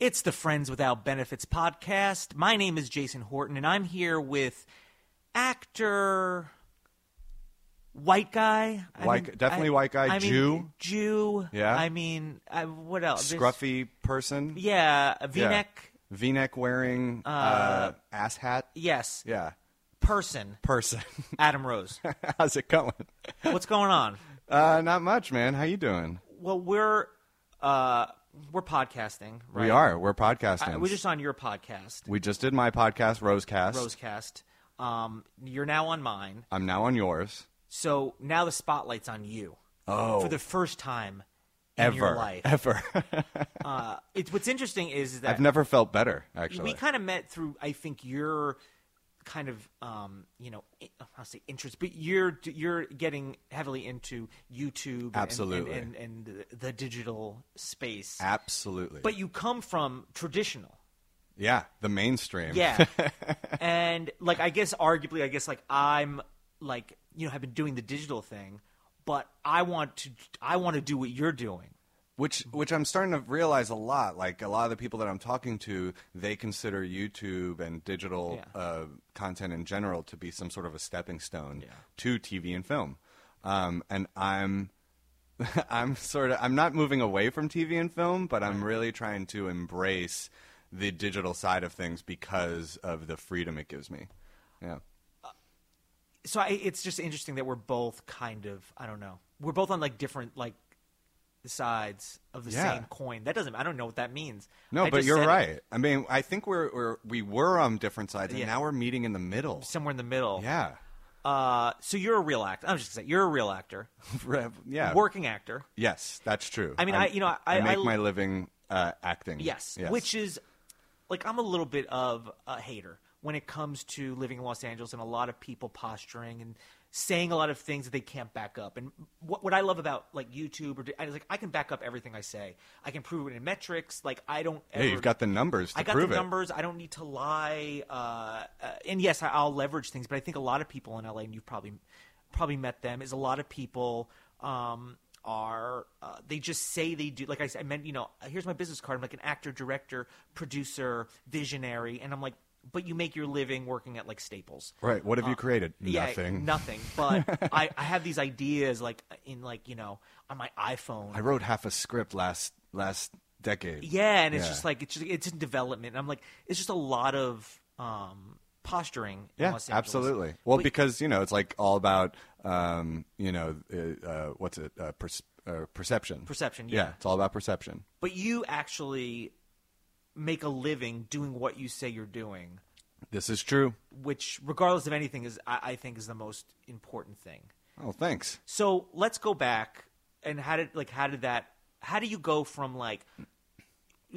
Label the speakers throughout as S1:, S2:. S1: It's the Friends Without Benefits podcast. My name is Jason Horton, and I'm here with actor, white guy, I
S2: White- definitely white guy,
S1: I mean,
S2: Jew.
S1: Jew.
S2: Yeah.
S1: I mean, I, what else? There's-
S2: scruffy person.
S1: Yeah, a
S2: Yeah.
S1: V-neck.
S2: V-neck wearing uh, ass hat.
S1: Yes,
S2: Yeah,
S1: person.
S2: person.
S1: Adam Rose.
S2: How's it going?
S1: What's going on?
S2: Uh, not much, man. How you doing?
S1: Well, we're uh, we're podcasting. Right?
S2: We are. We're podcasting.
S1: I- we're just on your podcast,
S2: we just did my podcast, Rosecast.
S1: Rosecast. Um, you're now on mine,
S2: I'm now on yours.
S1: so now the spotlight's on you.
S2: Oh.
S1: for the first time in
S2: Ever.
S1: your life.
S2: Ever.
S1: Uh, it's what's interesting is that
S2: I've never felt better, actually.
S1: we kind of met through I think your kind of um, you know i- I'll say interest, but you're you're getting heavily into YouTube, and-
S2: Absolutely.
S1: and, and, and the- the digital space.
S2: Absolutely.
S1: But you come from traditional,
S2: yeah, the mainstream.
S1: yeah, and like I guess arguably, I guess like I'm like you know have been doing the digital thing, but I want to I want to do what you're doing.
S2: which which I'm starting to realize a lot. Like a lot of the people that I'm talking to, they consider YouTube and digital
S1: Yeah.
S2: uh, content in general to be some sort of a stepping stone to TV and film. Um, and I'm I'm sort of I'm not moving away from TV and film, but I'm really trying to embrace the digital side of things because of the freedom it gives me. Yeah.
S1: so I, it's just interesting that we're both kind of I don't know. We're both on like different like sides of the
S2: Yeah.
S1: same coin. That doesn't I don't know what that means.
S2: No,
S1: I
S2: but
S1: just
S2: you're
S1: said
S2: right. I mean, I think we're, we're we were on different sides, and
S1: Yeah.
S2: now we're meeting in the middle.
S1: Somewhere in the middle.
S2: Yeah.
S1: Uh, so you're a real actor. I'm just gonna say you're a real actor,
S2: Rev- yeah.
S1: working actor.
S2: Yes, that's true.
S1: I mean, I- you know, I-
S2: make
S1: I-
S2: my living uh, acting.
S1: Yes. Which is like I'm a little bit of a hater when it comes to living in Los Angeles and a lot of people posturing and saying a lot of things that they can't back up. And what what I love about like YouTube or I was like I can back up everything I say. I can prove it in metrics. Like I don't.
S2: yeah,
S1: ever-
S2: you've got the numbers to
S1: I got
S2: prove
S1: the
S2: it.
S1: numbers. I don't need to lie. Uh, uh, and yes, I, I'll leverage things, but I think a lot of people in LA, and you've probably probably met them, is a lot of people um, are uh, they just say they do. Like I, s- I meant, you know, here's my business card. I'm like an actor, director, producer, visionary, and I'm like, but you make your living working at like Staples.
S2: Right. What have you created?
S1: Uh, Yeah,
S2: Nothing.
S1: nothing. But I, I have these ideas, like in like you know, on my iPhone.
S2: I wrote half a script last last decade.
S1: Yeah, and it's
S2: Yeah.
S1: just like it's just, it's in development. And I'm like, it's just a lot of um, posturing. in
S2: Yeah,
S1: Los Angeles.
S2: absolutely. Well,
S1: But-
S2: because you know, it's like all about um, you know, uh, uh, what's it? Uh, per- uh, perception.
S1: Perception,
S2: Yeah.
S1: yeah.
S2: it's all about perception.
S1: But you actually make a living doing what you say you're doing,
S2: This is true.
S1: which, regardless of anything, is I, I think is the most important thing.
S2: Oh, thanks.
S1: So let's go back and how did like how did that? How do you go from like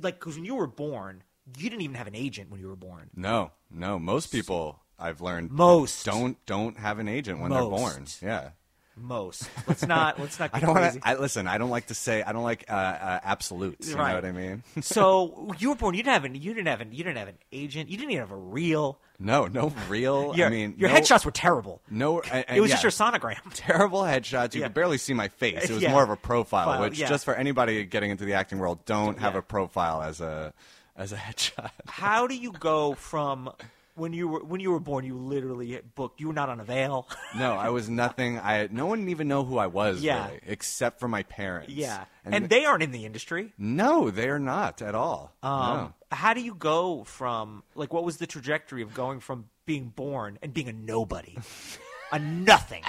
S1: like because when you were born, you didn't even have an agent when you were born.
S2: No, no. Most people I've learned
S1: Most.
S2: don't don't have an agent when
S1: Most.
S2: they're born. Yeah.
S1: Most. Let's not. Let's not. Get
S2: I don't want
S1: crazy.
S2: to. I listen. I don't like to say. I don't like uh, uh, absolutes. You
S1: Right.
S2: know what I mean?
S1: so you were born. You didn't have an. You didn't have an. You didn't have an agent. You didn't even have a real.
S2: No, no real.
S1: Your,
S2: I mean,
S1: your
S2: no,
S1: headshots were terrible.
S2: No, uh, and,
S1: it was
S2: yeah,
S1: just your sonogram.
S2: terrible headshots. You
S1: Yeah.
S2: could barely see my face. It was
S1: Yeah.
S2: more of a profile,
S1: File,
S2: which
S1: yeah.
S2: just for anybody getting into the acting world, don't have
S1: Yeah.
S2: a profile as a as a headshot.
S1: How do you go from when you were when you were born? You literally booked. You were not on a veil.
S2: No, I was nothing. I no one even know who I was
S1: Yeah.
S2: really, except for my parents.
S1: yeah,
S2: and,
S1: and, they aren't in the industry.
S2: no, they are not at all.
S1: Um,
S2: no.
S1: How do you go from like what was the trajectory of going from being born and being a nobody, a nothing,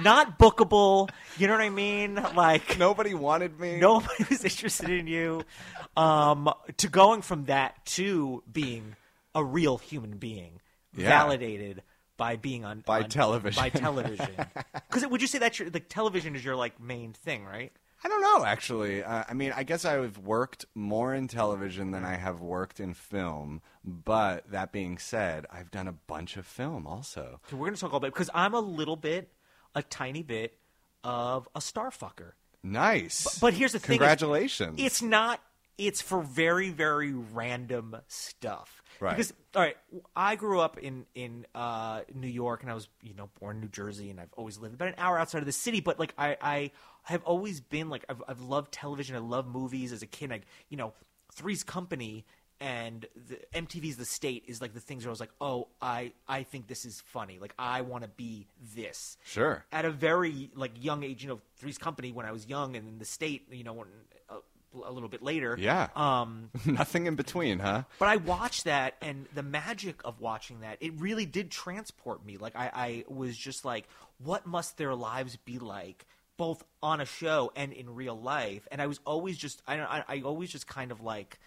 S1: not bookable. You know what I mean? Like
S2: Nobody wanted me.
S1: nobody was interested in you. Um, to going from that to being a real human being,
S2: Yeah.
S1: validated by being on
S2: By
S1: on-
S2: television.
S1: By television, because would you say that's your like television is your like main thing, right?
S2: I don't know, actually. Uh, I mean, I guess I've worked more in television than I have worked in film. But that being said, I've done a bunch of film also.
S1: So we're gonna talk all about because I'm a little bit, a tiny bit of a starfucker.
S2: Nice.
S1: But here's the thing: is-
S2: Congratulations.
S1: It's not. It's for very very random stuff.
S2: Right.
S1: Because all right, I grew up in in uh, New York, and I was you know born in New Jersey, and I've always lived about an hour outside of the city. But like I I have always been like I've I've loved television. I love movies as a kid. Like you know, Three's Company and the MTV's The State is like the things where I was like, oh, I I think this is funny. Like I want to be this
S2: sure.
S1: at a very like young age, you know, Three's Company when I was young, and in the state, you know, when, a, a little bit later.
S2: Yeah.
S1: Um,
S2: Nothing in between, huh?
S1: but I watched that, and the magic of watching that, it really did transport me. Like I, I was just like, what must their lives be like, both on a show and in real life? And I was always just, I, I, I always just kind of like,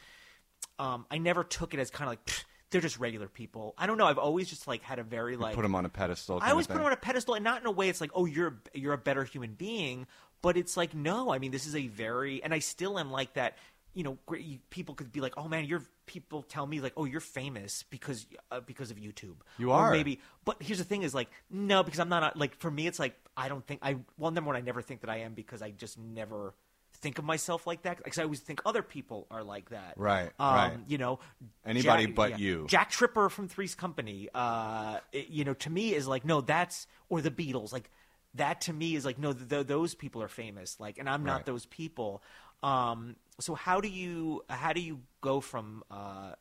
S1: um, I never took it as kind of like. "Pfft, They're just regular people. I don't know. I've always just like had a very like
S2: Put him on a pedestal.
S1: I
S2: kind
S1: always
S2: of
S1: put him
S2: thing.
S1: on a pedestal, and not in a way it's like, oh, you're a- you're a better human being, but it's like, no, I mean, this is a very, and I still am like that. You know, gr- you- people could be like, oh man, you're people tell me like, oh, you're famous because uh, because of YouTube.
S2: You
S1: Or
S2: are.
S1: maybe. But here's the thing: is like, no, because I'm not a- like for me, it's like I don't think I. Well, number one, I never think that I am because I just never think of myself like that because I always think other people are like that.
S2: Right,
S1: Um,
S2: right.
S1: You know,
S2: Anybody but you.
S1: Jack Tripper from Three's Company, uh, it- you know, to me is like, no, that's or the Beatles, like that to me is like, no, th- th- those people are famous, like, and I'm not
S2: Right.
S1: those people. Um, so how do you how do you go from uh,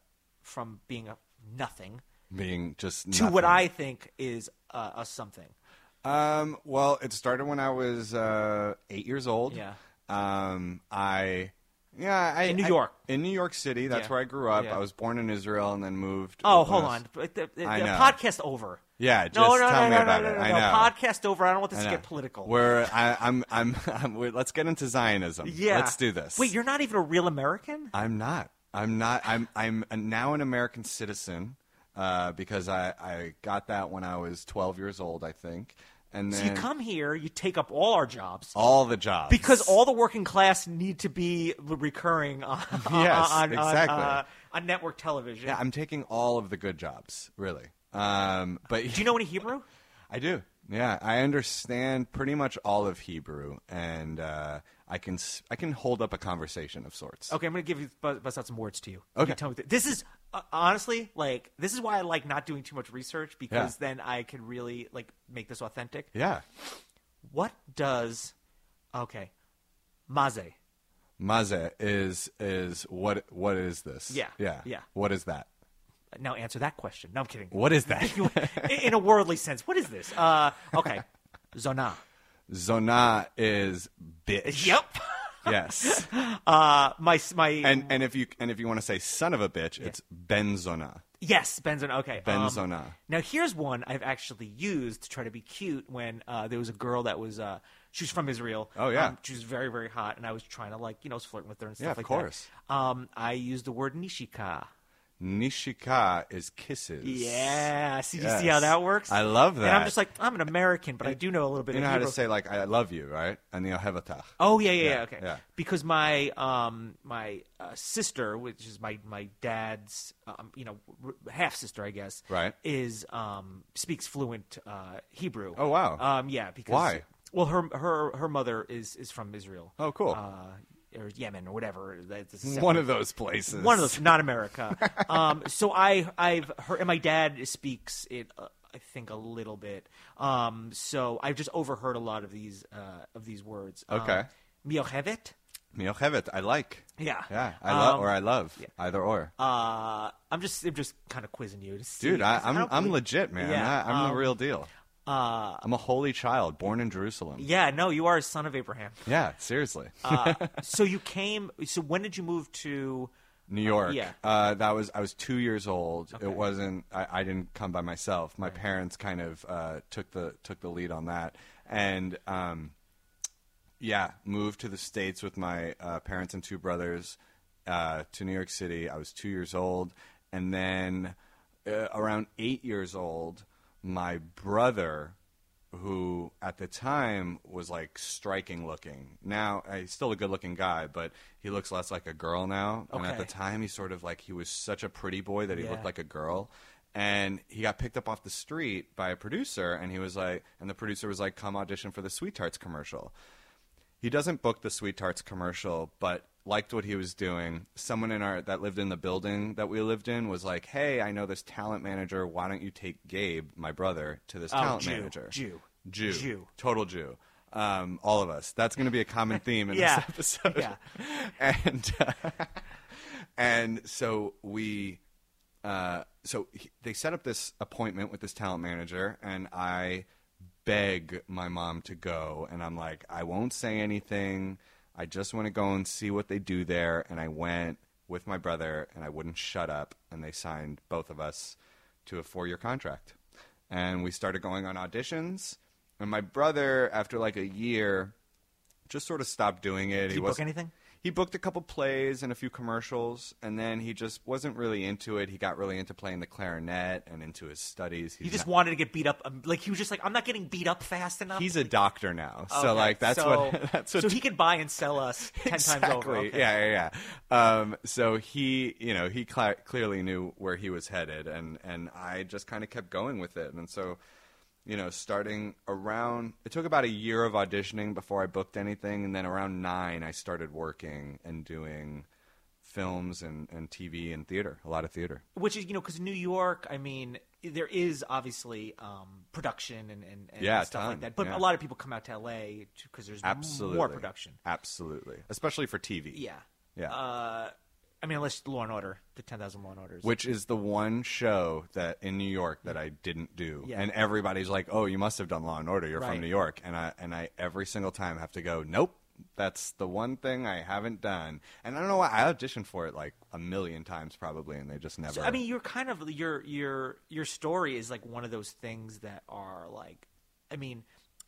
S1: from being a nothing
S2: being just
S1: to what
S2: nothing.
S1: I think is uh, a something?
S2: Um, well, it started when I was uh, eight years old.
S1: Yeah.
S2: Um, I, yeah, I
S1: In New
S2: I-
S1: York.
S2: in New York City. That's
S1: Yeah.
S2: where I grew up.
S1: Yeah.
S2: I was born in Israel and then moved.
S1: Oh,
S2: when I
S1: hold
S2: was-
S1: on, But the, the, the
S2: I know.
S1: podcast over.
S2: Yeah, just
S1: no, no, no,
S2: tell me
S1: no,
S2: about
S1: no,
S2: it.
S1: no, no,
S2: I
S1: no.
S2: know.
S1: Podcast over. I don't want this
S2: I
S1: to
S2: know.
S1: get political.
S2: We're I, I'm I'm, I'm we're, let's get into Zionism.
S1: yeah,
S2: let's do this.
S1: Wait, you're not even a real American.
S2: I'm not. I'm not. I'm I'm a, now an American citizen uh, because I I got that when I was 12 years old, I think. And
S1: So
S2: then
S1: you come here, you take up all our jobs
S2: all the jobs
S1: because all the working class need to be recurring on,
S2: Yes,
S1: on, on,
S2: exactly.
S1: uh, on network television.
S2: Yeah, I'm taking all of the good jobs, really. Um, but
S1: Do you know any Hebrew?
S2: I do. Yeah, I understand pretty much all of Hebrew, and uh, I can s- I can hold up a conversation of sorts.
S1: Okay, I'm going to give you buzz, buzz out some words to you.
S2: Okay.
S1: You tell me th- this is uh, honestly like this is why I like not doing too much research because
S2: Yeah.
S1: then I can really like make this authentic.
S2: Yeah,
S1: What does okay, maze?
S2: maze is is what what is this?
S1: Yeah,
S2: yeah,
S1: yeah.
S2: What is that?
S1: Now answer that question. No, I'm kidding.
S2: What is that?
S1: In- In a worldly sense, what is this? Uh, okay, zona.
S2: Zona is bitch.
S1: Yep.
S2: Yes.
S1: Uh, my my
S2: And and if you and if you want to say son of a bitch, it's benzona.
S1: Yes, Benzona. Okay, um,
S2: Benzona.
S1: now here's one I've actually used to try to be cute. When uh, there was a girl that was, uh, she was from Israel.
S2: Oh, yeah.
S1: Um, she was very very hot, and I was trying to like you know I was flirting with her and stuff
S2: Yeah, of
S1: like
S2: course.
S1: that. Um, I used the word nishika.
S2: Nishika is kisses.
S1: Yeah, see, do you see
S2: Yes.
S1: how that works?
S2: I love
S1: And I'm
S2: that.
S1: just like I'm an American, but I do know a little bit.
S2: You
S1: of
S2: know how to
S1: Hebrew.
S2: say like I love you, right? And the ohevatach.
S1: Oh yeah, yeah, yeah.
S2: Yeah,
S1: okay.
S2: yeah.
S1: Because my um my uh, sister, which is my my dad's um, you know r- half sister, I guess.
S2: Right.
S1: Is um speaks fluent uh, Hebrew.
S2: Oh, wow.
S1: Um yeah because
S2: Why?
S1: Well, her her her mother is is from Israel.
S2: Oh, cool.
S1: Uh, or Yemen or whatever. That's a separate-
S2: One of those places.
S1: one of those, not America. um, so I, I've heard, and my dad speaks it, uh, I think, a little bit. Um, so I've just overheard a lot of these uh, of these words. Um,
S2: Okay.
S1: Miochevet.
S2: Miochevet, I like.
S1: Yeah.
S2: Yeah, I love
S1: Um,
S2: or I love. Either or.
S1: Uh, I'm just, I'm just kind of quizzing you, to see,
S2: Dude, I,
S1: 'cause
S2: I'm
S1: don't
S2: I'm
S1: believe-
S2: legit, man.
S1: Yeah,
S2: I, I'm
S1: um,
S2: the real deal.
S1: Uh,
S2: I'm a holy child born in Jerusalem.
S1: yeah, no, you are a son of Abraham.
S2: Yeah, seriously.
S1: Uh, so you came. So when did you move to?
S2: New York.
S1: yeah.
S2: Uh, that was I was two years old. It wasn't. I, I didn't come by myself. My parents kind of uh, took the took the lead on that, and um, yeah, moved to the states with my uh, parents and two brothers uh, to New York City. I was two years old, and then uh, around eight years old, my brother, who at the time was like striking looking. Now uh, he's still a good looking guy, but he looks less like a girl now. And at the
S1: Okay.
S2: time, he sort of like he was such a pretty boy that he
S1: Yeah.
S2: looked like a girl. And he got picked up off the street by a producer, and he was like, and the producer was like, "Come audition for the Sweet Tarts commercial." he doesn't book the sweet tarts commercial but liked what he was doing someone in our that lived in the building that we lived in was like hey i know this talent manager why don't you take gabe my brother to this
S1: Oh,
S2: talent
S1: Jew,
S2: manager
S1: Jew,
S2: jew
S1: Jew.
S2: total jew um, all of us that's going to be a common theme in
S1: Yeah,
S2: this episode
S1: yeah.
S2: and uh, and so we uh, so he, they set up this appointment with this talent manager, and I beg my mom to go, and I'm like, I won't say anything. I just want to go and see what they do there, and I went with my brother, and I wouldn't shut up, and they signed both of us to a four year contract, and we started going on auditions. And my brother, after like a year, just sort of stopped doing it.
S1: Did you book
S2: wasn't-
S1: anything?
S2: he booked a couple plays and a few commercials, and then he just wasn't really into it. He got really into playing the clarinet and into his studies. He's
S1: He just
S2: not-
S1: wanted to get beat up. um, Like he was just like, I'm not getting beat up fast enough.
S2: he's a doctor now, so
S1: Okay,
S2: like that's
S1: so-
S2: what that's what
S1: so he could buy and sell us ten times over.
S2: Exactly.
S1: Okay.
S2: Yeah, yeah, yeah. Um, so he, you know, he cla clearly knew where he was headed, and and I just kind of kept going with it, and so, you know, starting around, it took about a year of auditioning before I booked anything, and then around nine, I started working and doing films and and TV and theater, a lot of theater.
S1: which is you know because New York, I mean, there is obviously um, production and and, and
S2: Yeah, a
S1: stuff like
S2: ton,
S1: that. But
S2: yeah.
S1: a lot of people come out to L.A. because there's m-
S2: Absolutely,
S1: more production.
S2: Absolutely, especially for TV.
S1: Yeah,
S2: Yeah.
S1: Uh, I mean, unless Law and Order, the ten thousand Law and Orders.
S2: Which is the one show that in New York that I didn't do,
S1: Yeah.
S2: and everybody's like, "Oh, you must have done Law and Order. You're
S1: Right.
S2: from New York." And I and I every single time have to go, "Nope, that's the one thing I haven't done." And I don't know why I auditioned for it like a million times probably, and they just never.
S1: So, I mean, you're kind of your your your story is like one of those things that are like, I mean,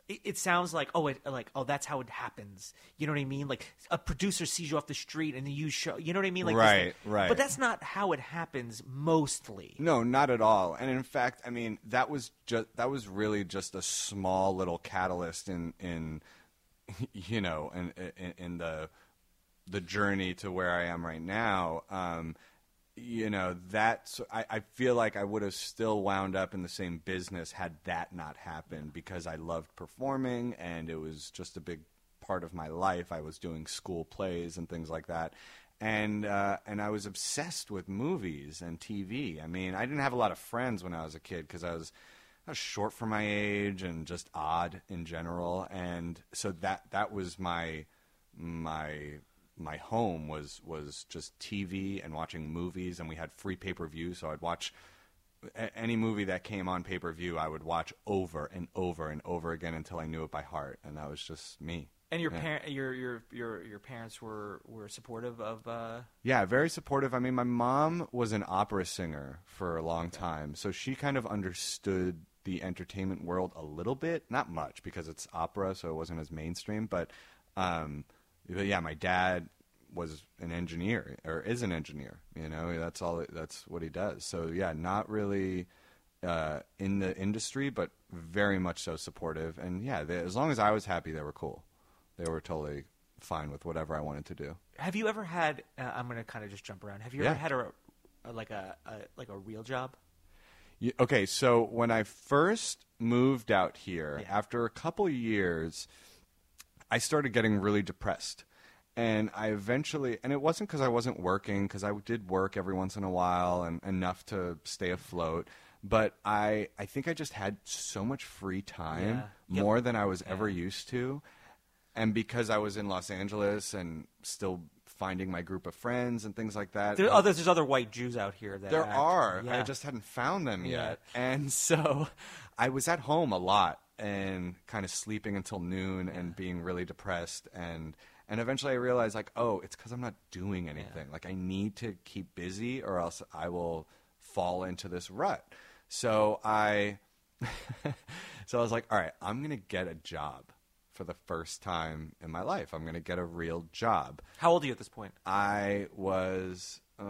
S1: it, it sounds like oh, it like oh, that's how it happens. You know what I mean? Like a producer sees you off the street and then you show. You know what I mean? Like this
S2: Right,
S1: thing.
S2: right.
S1: But that's not how it happens mostly.
S2: No, not at all. And in fact, I mean, that was just that was really just a small little catalyst in in you know, in in, in the the journey to where I am right now. Um, you know, that's I, I feel like I would have still wound up in the same business had that not happened because I loved performing and it was just a big part of my life. I was doing school plays and things like that. And uh, and I was obsessed with movies and TV. I mean, I didn't have a lot of friends when I was a kid because I was I was uh, short for my age and just odd in general. And so that that was my my my home was was just TV and watching movies, and we had free pay per view, so I'd watch a- any movie that came on pay per view. I would watch over and over and over again until I knew it by heart, and that was just me.
S1: And your
S2: Yeah.
S1: parent, your your your your parents were were supportive of. Uh,
S2: Yeah, very supportive. I mean, my mom was an opera singer for a long time, so she kind of understood the entertainment world a little bit, not much because it's opera, so it wasn't as mainstream. But, um, but yeah, my dad was an engineer or is an engineer. You know, that's all. That's what he does. So yeah, not really uh, in the industry, but very much so supportive. And yeah, they, as long as I was happy, they were cool. They were totally fine with whatever I wanted to do.
S1: have you ever had? Uh, I'm gonna kind of just jump around. Have you
S2: Yeah.
S1: ever had a, a like a, a like a real job?
S2: Y- Okay, so when I first moved out here,
S1: Yeah.
S2: after a couple years, I started getting really depressed. And I eventually, and it wasn't because I wasn't working, because I did work every once in a while and enough to stay afloat. But I, I think I just had so much free time,
S1: Yeah. Yep.
S2: more than I was ever used to. And because I was in Los Angeles and still finding my group of friends and things like that,
S1: There,
S2: I-
S1: others, there's other white Jews out here that
S2: Uh, there
S1: act-
S2: are. I
S1: yeah.
S2: just hadn't found them
S1: Yeah.
S2: yet. And so I was at home a lot and kind of sleeping until noon and being really depressed and and eventually I realized like, oh, it's cuz I'm not doing anything. Like I need to keep busy or else I will fall into this rut. So I so I was like, all right, I'm going to get a job for the first time in my life. I'm going to get a real job.
S1: How old are you at this point?
S2: I was, uh,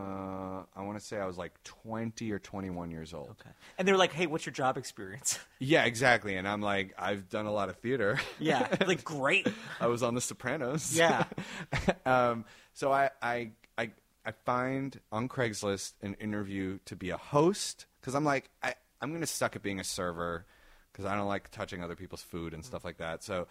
S2: I want to say I was like 20 or 21 years old.
S1: Okay. And they were like, "Hey, what's your job experience?"
S2: Yeah, exactly. And I'm like, I've done a lot of theater.
S1: yeah, like great.
S2: I was on The Sopranos.
S1: Yeah.
S2: um, so I, I, I, I find on Craigslist an interview to be a host because I'm like, I, I'm going to suck at being a server because I don't like touching other people's food and stuff like that. So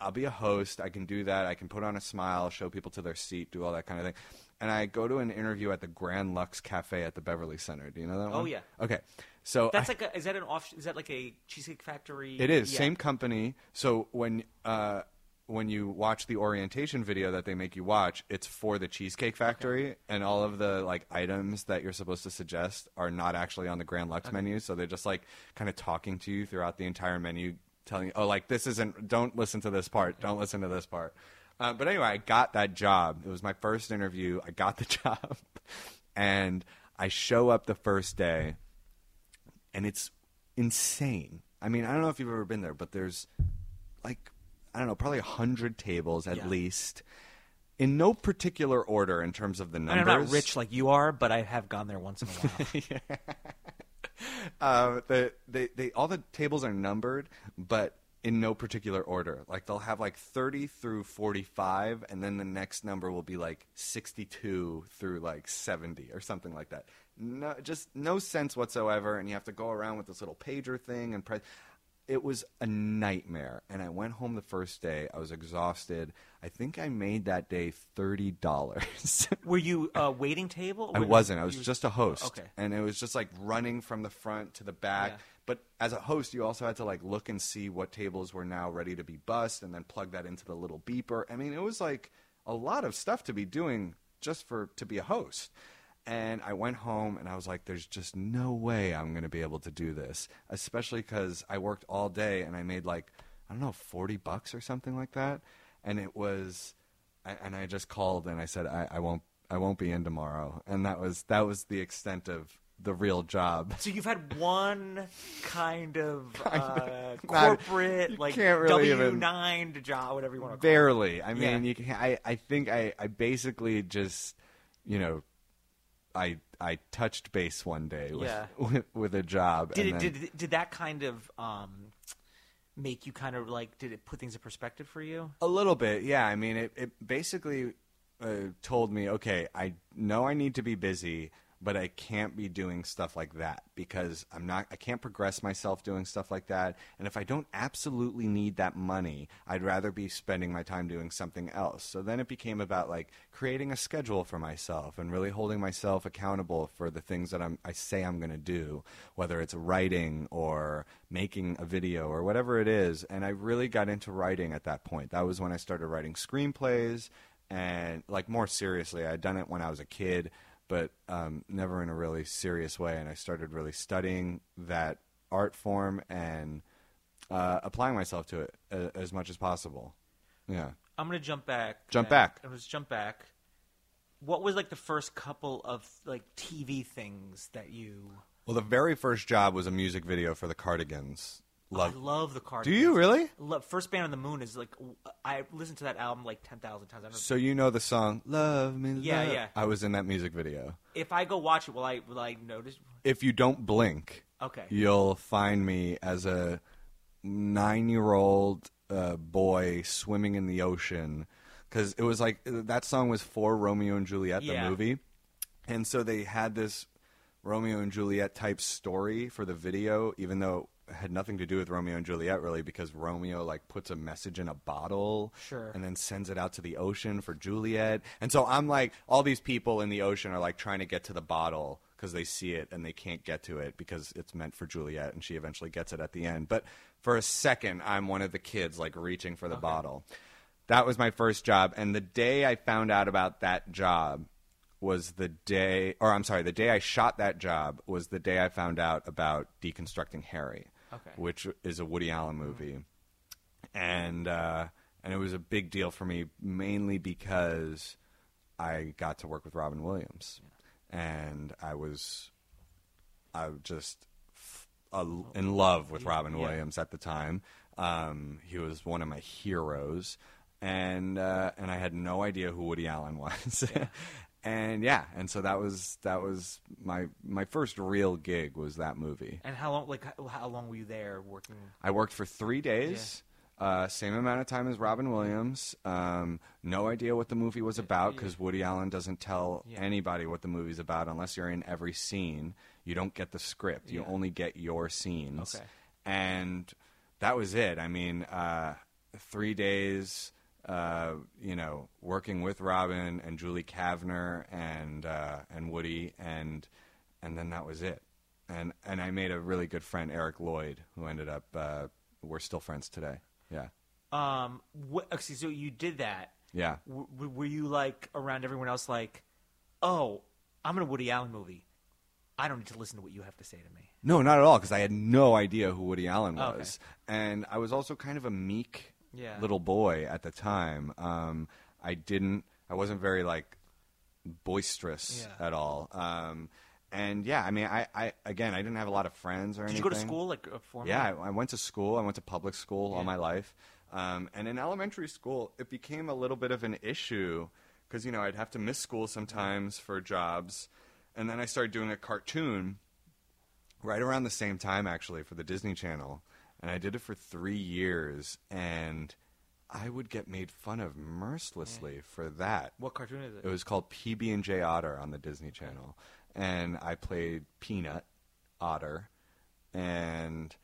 S2: I'll be a host. I can do that. I can put on a smile, show people to their seat, do all that kind of thing. And I go to an interview at the Grand Lux Cafe at the Beverly Center. Do you know that
S1: Oh,
S2: one?
S1: yeah.
S2: Okay. So I-
S1: That's like a, is that an off? Is that like a Cheesecake Factory?
S2: it is
S1: Yeah.
S2: same company. So when uh, when you watch the orientation video that they make you watch, it's for the Cheesecake Factory, and all of the like items that you're supposed to suggest are not actually on the Grand Lux menu. So they're just like kind of talking to you throughout the entire menu, telling you, "Oh, like this isn't. Don't listen to this part. Don't listen to this part." Uh, but anyway, I got that job. It was my first interview. I got the job, and I show up the first day and it's insane. I mean, I don't know if you've ever been there, but there's like I don't know, probably a hundred tables at
S1: Yeah.
S2: least, in no particular order in terms of the
S1: And
S2: numbers.
S1: I'm not rich like you are, but I have gone there once in a while.
S2: Uh, the they, they all the tables are numbered, but in no particular order. Like they'll have like thirty through forty-five, and then the next number will be like sixty-two through like seventy or something like that. No, just no sense whatsoever. And you have to go around with this little pager thing and press. It was a nightmare, and I went home the first day. I was exhausted. I think I made that day thirty dollars.
S1: Were you uh, waiting table?
S2: I
S1: Were-
S2: wasn't. I was
S1: you-
S2: just a host.
S1: Okay.
S2: And it was just like running from the front to the back.
S1: Yeah.
S2: But as a host, you also had to like look and see what tables were now ready to be bussed and then plug that into the little beeper. I mean, it was like a lot of stuff to be doing just for to be a host. And I went home and I was like, there's just no way I'm going to be able to do this, especially because I worked all day and I made like, I don't know, 40 bucks or something like that. And it was, I- and I just called and I said I, I won't I won't be in tomorrow, and that was that was the extent of the real job.
S1: So you've had one kind of uh,
S2: Not-
S1: corporate,
S2: you
S1: like
S2: can't really
S1: W
S2: even-
S1: nine job, whatever you want to call. it.
S2: Barely. I mean,
S1: Yeah.
S2: you can, I I think I I basically just you know I I touched base one day with
S1: Yeah.
S2: with, with a job.
S1: Did
S2: and
S1: it,
S2: then-
S1: did did that kind of um, make you kind of like? Did it put things in perspective for you?
S2: A little bit, yeah. I mean, it, it basically uh, told me, okay, I know I need to be busy, but I can't be doing stuff like that because I'm not. I can't progress myself doing stuff like that. And if I don't absolutely need that money, I'd rather be spending my time doing something else. So then it became about like creating a schedule for myself and really holding myself accountable for the things that I'm. I say I'm going to do, whether it's writing or making a video or whatever it is. And I really got into writing at that point. That was when I started writing screenplays and, like, more seriously. I'd done it when I was a kid, but um, never in a really serious way. And I started really studying that art form and uh, applying myself to it a- as much as possible. Yeah.
S1: I'm gonna jump back.
S2: Jump
S1: then.
S2: back.
S1: I'm just jump back. What was like the first couple of like TV things that you?
S2: Well, the very first job was a music video for the Cardigans.
S1: I
S2: Love.
S1: love the card.
S2: Do you really?
S1: Love, first band on the moon is like w- I listened to that album like ten thousand times. I don't know.
S2: So you know the song "Love Me"?
S1: Yeah,
S2: Love-
S1: yeah.
S2: I was in that music video.
S1: If I go watch it, will I will I notice?
S2: If you don't blink,
S1: Okay.
S2: you'll find me as a nine-year-old uh, boy swimming in the ocean. Because it was like that song was for Romeo and Juliet,
S1: Yeah.
S2: the movie, and so they had this Romeo and Juliet type story for the video, even though it had nothing to do with Romeo and Juliet really, because Romeo like puts a message in a bottle,
S1: Sure.
S2: and then sends it out to the ocean for Juliet. And so I'm like, all these people in the ocean are like trying to get to the bottle because they see it and they can't get to it because it's meant for Juliet, and she eventually gets it at the end. But for a second, I'm one of the kids like reaching for the bottle. That was my first job, and the day I found out about that job was the day, or I'm sorry, the day I shot that job was the day I found out about deconstructing Harry,
S1: Okay.
S2: which is a Woody Allen movie and uh, and it was a big deal for me mainly because I got to work with Robin Williams, and I was I just f- a, in love with Robin Williams at the time. Um, he was one of my heroes, and uh, and I had no idea who Woody Allen was. and yeah, and so that was that was my my first real gig was that movie.
S1: And how long? Like how- how long were you there working?
S2: I worked for three days, uh, same amount of time as Robin Williams. Um, no idea what the movie was about because Woody Allen doesn't tell anybody what the movie's about unless you're in every scene. You don't get the script. You only get your scenes.
S1: Okay.
S2: And that was it. I mean, uh, three days. Uh, you know, working with Robin and Julie Kavner and uh, and Woody and and then that was it. And and I made a really good friend, Eric Lloyd, who ended up uh, we're still friends today. Yeah,
S1: Um, what, okay, so you did that.
S2: yeah.
S1: W- w- were you like around everyone else? Like, oh, I'm in a Woody Allen movie. I don't need to listen to what you have to say to me.
S2: No, not at all, because I had no idea who Woody Allen
S1: Oh, Okay.
S2: was, and I was also kind of a meek
S1: Yeah.
S2: little boy at the time. Um, I didn't, I wasn't very like boisterous
S1: Yeah.
S2: at all. Um, and yeah, I mean, I, I again, I didn't have a lot of friends or
S1: Did
S2: anything.
S1: you go to school like uh, formally?
S2: Yeah, I, I went to school. I went to public school all
S1: Yeah.
S2: my life. Um, and in elementary school, it became a little bit of an issue because, you know, I'd have to miss school sometimes for jobs. And then I started doing a cartoon right around the same time, actually, for the Disney Channel. And I did it for three years. And I would get made fun of mercilessly for that.
S1: What cartoon is it?
S2: It was called PB and J Otter on the Disney Channel, and I played Peanut Otter, and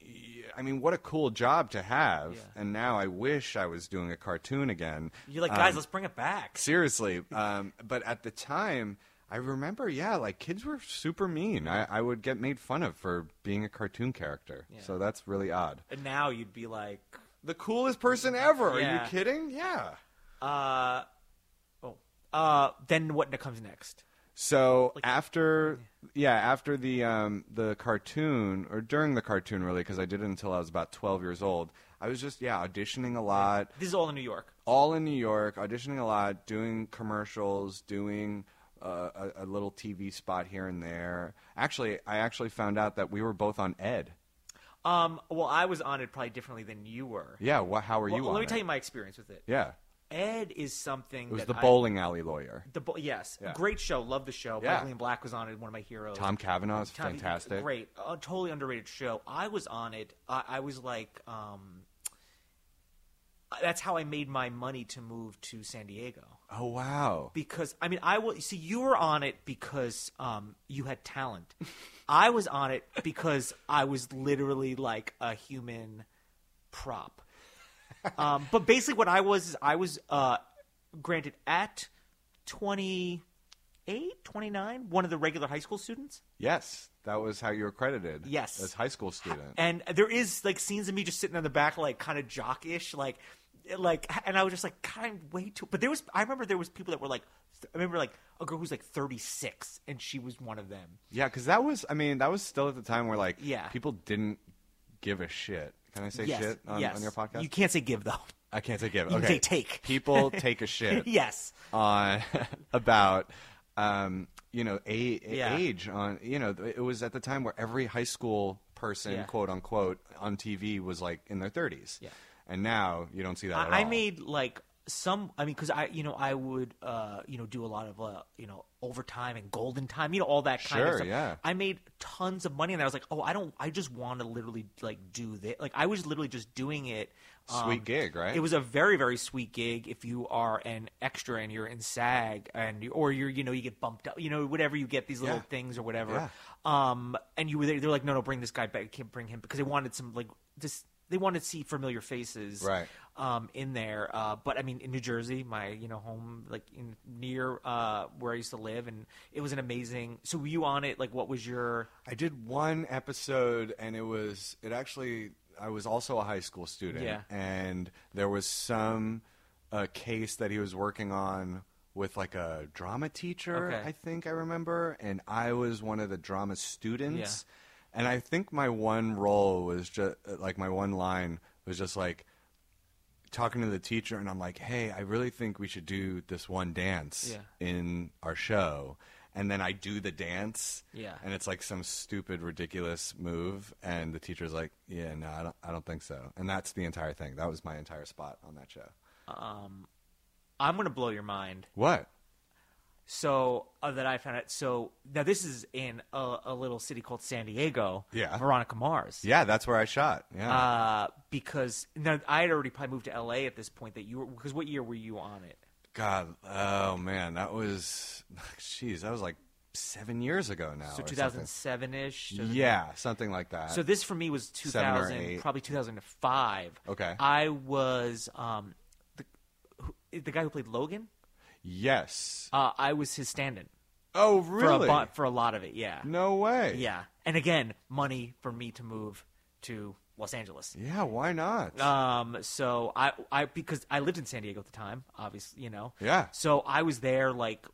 S2: y- I mean, what a cool job to have!
S1: Yeah.
S2: And now I wish I was doing a cartoon again.
S1: You're like, guys,
S2: Um,
S1: let's bring it back.
S2: seriously. Um, but at the time, I remember, yeah, like kids were super mean. I, I would get made fun of for being a cartoon character,
S1: Yeah.
S2: so that's really odd.
S1: And now you'd be like,
S2: The coolest person ever. Are
S1: Yeah.
S2: you kidding? Yeah.
S1: uh, oh, uh, then what comes next?
S2: So after yeah, after the um, the cartoon or during the cartoon really because I did it until I was about 12 years old. I was just yeah, auditioning a lot,
S1: This is all in New York.
S2: all in New York, auditioning a lot, doing commercials, doing uh, a, a little TV spot here and there. Actually, I actually found out that we were both on Ed.
S1: Um, well, I was on it probably differently than you were.
S2: Yeah, wha how were
S1: Well,
S2: you on?
S1: let me
S2: it?
S1: tell you my experience with it.
S2: Yeah.
S1: Ed is something
S2: It was
S1: that
S2: the
S1: I-
S2: bowling alley lawyer.
S1: The bo- yes,
S2: Yeah.
S1: great show. Love the show.
S2: Yeah.
S1: Michael Ian Black was on it. One of my heroes.
S2: Tom Kavanaugh is
S1: Tom-
S2: fantastic.
S1: Great, uh, totally underrated show. I was on it. I, I was like, um, that's how I made my money to move to San Diego
S2: Oh wow.
S1: because I mean I will see you were on it because um, you had talent. I was on it because I was literally like a human prop. Um, but basically, what I was is I was uh, granted at 28, 29, one of the regular high school students.
S2: Yes, that was how you were credited.
S1: Yes.
S2: As high school student.
S1: and there is like scenes of me just sitting in the back like kind of jockish like like and i was just like god i'm way too but there was i remember there was people that were like th- i remember like a girl who's like 36 and she was one of them
S2: Yeah, because that was, I mean, that was still at the time where like,
S1: Yeah.
S2: people didn't give a shit. Can I say
S1: yes,
S2: shit on,
S1: yes
S2: on your podcast?
S1: you can't say give though
S2: I can't say give.
S1: can
S2: okay,
S1: say take.
S2: People take a shit
S1: yes
S2: on about, um, you know, a-
S1: Yeah.
S2: age on. You know, it was at the time where every high school person,
S1: Yeah.
S2: quote unquote, on TV was like in their thirties.
S1: Yeah.
S2: And now you don't see that. at
S1: I, I
S2: all.
S1: made like some. I mean, because I, you know, I would, uh, you know, do a lot of, uh, you know, overtime and golden time, you know, all that kind of
S2: Sure,
S1: stuff.
S2: yeah.
S1: I made tons of money, and I was like, oh, I don't. I just want to literally like do this. Like I was literally just doing it. um,
S2: Sweet gig, right?
S1: It was a very, very sweet gig. If you are an extra and you're in SAG, and you- or you're, you know, you get bumped up, you know, whatever you get these little
S2: Yeah.
S1: things or whatever.
S2: Yeah.
S1: Um, and you were there, they're like, no, no, bring this guy back, can't bring him because they wanted some like this. They wanted to see familiar faces
S2: Right.
S1: um, in there. Uh, but I mean, in New Jersey, my you know home, like in, near uh, where I used to live, and it was an amazing. So were you on it? Like, what was your?
S2: I did one episode, and it was it actually. I was also a high school student,
S1: Yeah.
S2: and there was some uh, case that he was working on with like a drama teacher.
S1: Okay.
S2: I think I remember, and I was one of the drama students, and I think my one role was just like my one line was just like talking to the teacher and I'm like, "Hey, I really think we should do this one dance
S1: Yeah.
S2: in our show." and then I do the dance.
S1: Yeah.
S2: And it's like some stupid, ridiculous move, and the teacher's like, "Yeah, no, I don't, I don't think so." And that's the entire thing. That was my entire spot on that show.
S1: um, I'm gonna blow your mind.
S2: What?
S1: So uh, that I found out. So now this is in a, a little city called San Diego.
S2: Yeah.
S1: Veronica Mars.
S2: Yeah, that's where I shot. Yeah.
S1: Uh, because now I had already probably moved to LA at this point. That you were because what year were you on it?
S2: God, oh man, that was, jeez, that was like seven years ago now.
S1: So
S2: or
S1: 2007 ish.
S2: something. Yeah, something like that.
S1: So this for me was
S2: Seven or
S1: 2000,
S2: eight.
S1: probably 2005.
S2: Okay.
S1: I was um, the who, the guy who played Logan.
S2: yes.
S1: Uh, I was his stand-in
S2: Oh
S1: for
S2: really?
S1: a bu- for a lot of it. Yeah.
S2: no way.
S1: Yeah. And again, money for me to move to Los Angeles.
S2: Yeah. Why not?
S1: Um, so I, I, because I lived in San Diego at the time, obviously, you know.
S2: Yeah.
S1: So I was there, like,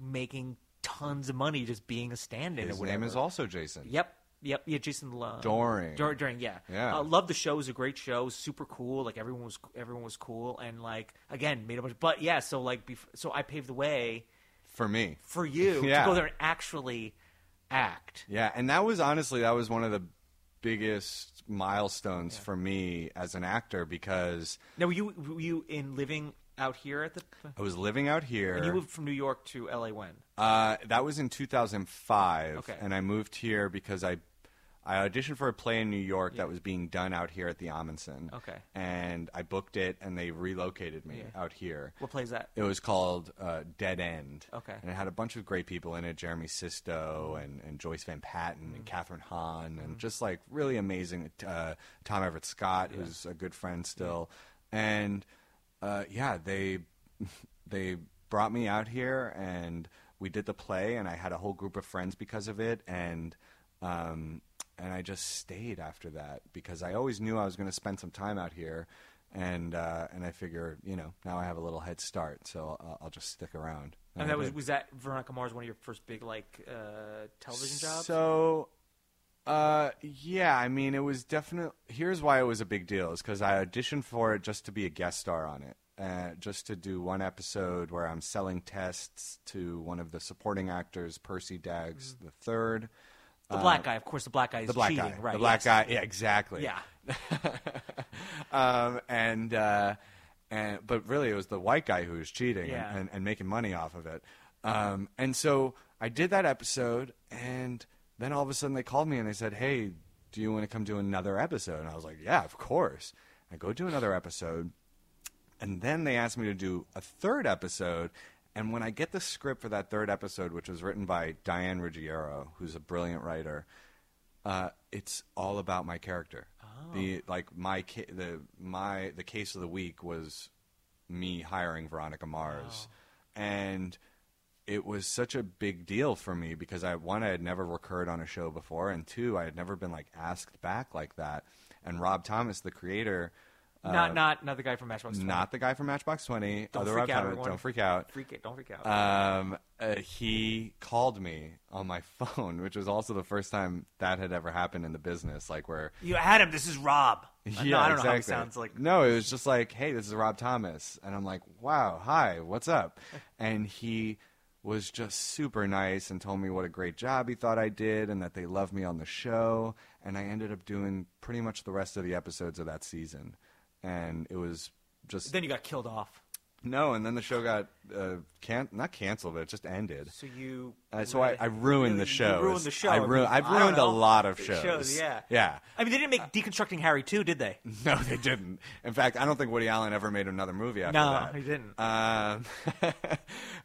S1: making tons of money just being a stand-in.
S2: His
S1: or whatever.
S2: name is also Jason.
S1: Yep. Yep. Yeah. Jason Lo-
S2: Doring.
S1: Dur- During. Yeah.
S2: Yeah.
S1: Uh, love the show. It was a great show. It was super cool. Like everyone was, everyone was cool, and like again, made a bunch. But yeah. So like, bef- so I paved the way
S2: For me.
S1: for you
S2: Yeah.
S1: to go there and actually act.
S2: Yeah, and that was honestly that was one of the biggest milestones for me as an actor because
S1: Now, were you were you in living out here at the?
S2: I was living out here.
S1: When you moved from New York to LA, when?
S2: Uh, that was in 2005,
S1: Okay.
S2: and I moved here because I I auditioned for a play in New York that was being done out here at the Amundsen.
S1: Okay.
S2: and I booked it, and they relocated me
S1: Yeah.
S2: out here.
S1: What play is that?
S2: It was called uh, Dead End.
S1: Okay.
S2: And it had a bunch of great people in it Jeremy Sisto and, and Joyce Van Patten
S1: Mm.
S2: and Catherine Hahn and just like really amazing uh, Tom Everett Scott, who's a good friend still. And uh, yeah, they they brought me out here and we did the play and I had a whole group of friends because of it and um, and I just stayed after that because I always knew I was going to spend some time out here, and uh, and I figure you know now I have a little head start, so I'll, I'll just stick around.
S1: And
S2: I
S1: that was
S2: did.
S1: was that Veronica Mars one of your first big like uh, television jobs?
S2: So, uh, yeah, I mean, it was definitely. Here's why it was a big deal is because I auditioned for it just to be a guest star on it, uh, just to do one episode where I'm selling tests to one of the supporting actors, Percy Daggs the third.
S1: the black guy, of course, the black guy is
S2: the black
S1: Mm-hmm. cheating,
S2: guy,
S1: right?
S2: the black
S1: yes.
S2: guy, yeah, exactly,
S1: Yeah.
S2: um, and uh, and but really it was the white guy who was cheating
S1: Yeah.
S2: and, and, and making money off of it. Um, and so I did that episode, and then all of a sudden they called me and they said, "Hey, do you want to come do another episode?" And I was like, "Yeah, of course." I go do another episode, and then they asked me to do a third episode. And when I get the script for that third episode, which was written by Diane Ruggiero, who's a brilliant writer, uh, it's all about my character. The like my ca- the my the case of the week was me hiring Veronica Mars, and it was such a big deal for me because I one I had never recurred on a show before, and two I had never been like asked back like that. And Rob Thomas, the creator, Uh,
S1: not not not the guy from Matchbox. 20.
S2: not the guy from Matchbox Twenty.
S1: Don't
S2: other
S1: freak
S2: Rob
S1: out,
S2: Thomas,
S1: everyone.
S2: Don't freak out.
S1: freak it. Don't freak out.
S2: Um, uh, he called me on my phone, which was also the first time that had ever happened in the business. Like where
S1: you Adam, this is Rob. no, I don't know how he sounds like.
S2: No, it was just like, hey, this is Rob Thomas, and I'm like, wow, hi, what's up? And he was just super nice and told me what a great job he thought I did and that they loved me on the show. And I ended up doing pretty much the rest of the episodes of that season, and it was just
S1: Then you got killed off.
S2: no. And then the show got uh, can not canceled, but it just ended.
S1: So you.
S2: Uh, so I, I ruined the show.
S1: You ruined the show.
S2: I ru- I've
S1: I don't
S2: ruined a
S1: know.
S2: lot of
S1: Shows,
S2: shows.
S1: yeah.
S2: Yeah.
S1: I mean, they didn't make deconstructing Harry too, did they?
S2: No, they didn't. In fact, I don't think Woody Allen ever made another movie after
S1: No,
S2: that.
S1: he didn't.
S2: Um,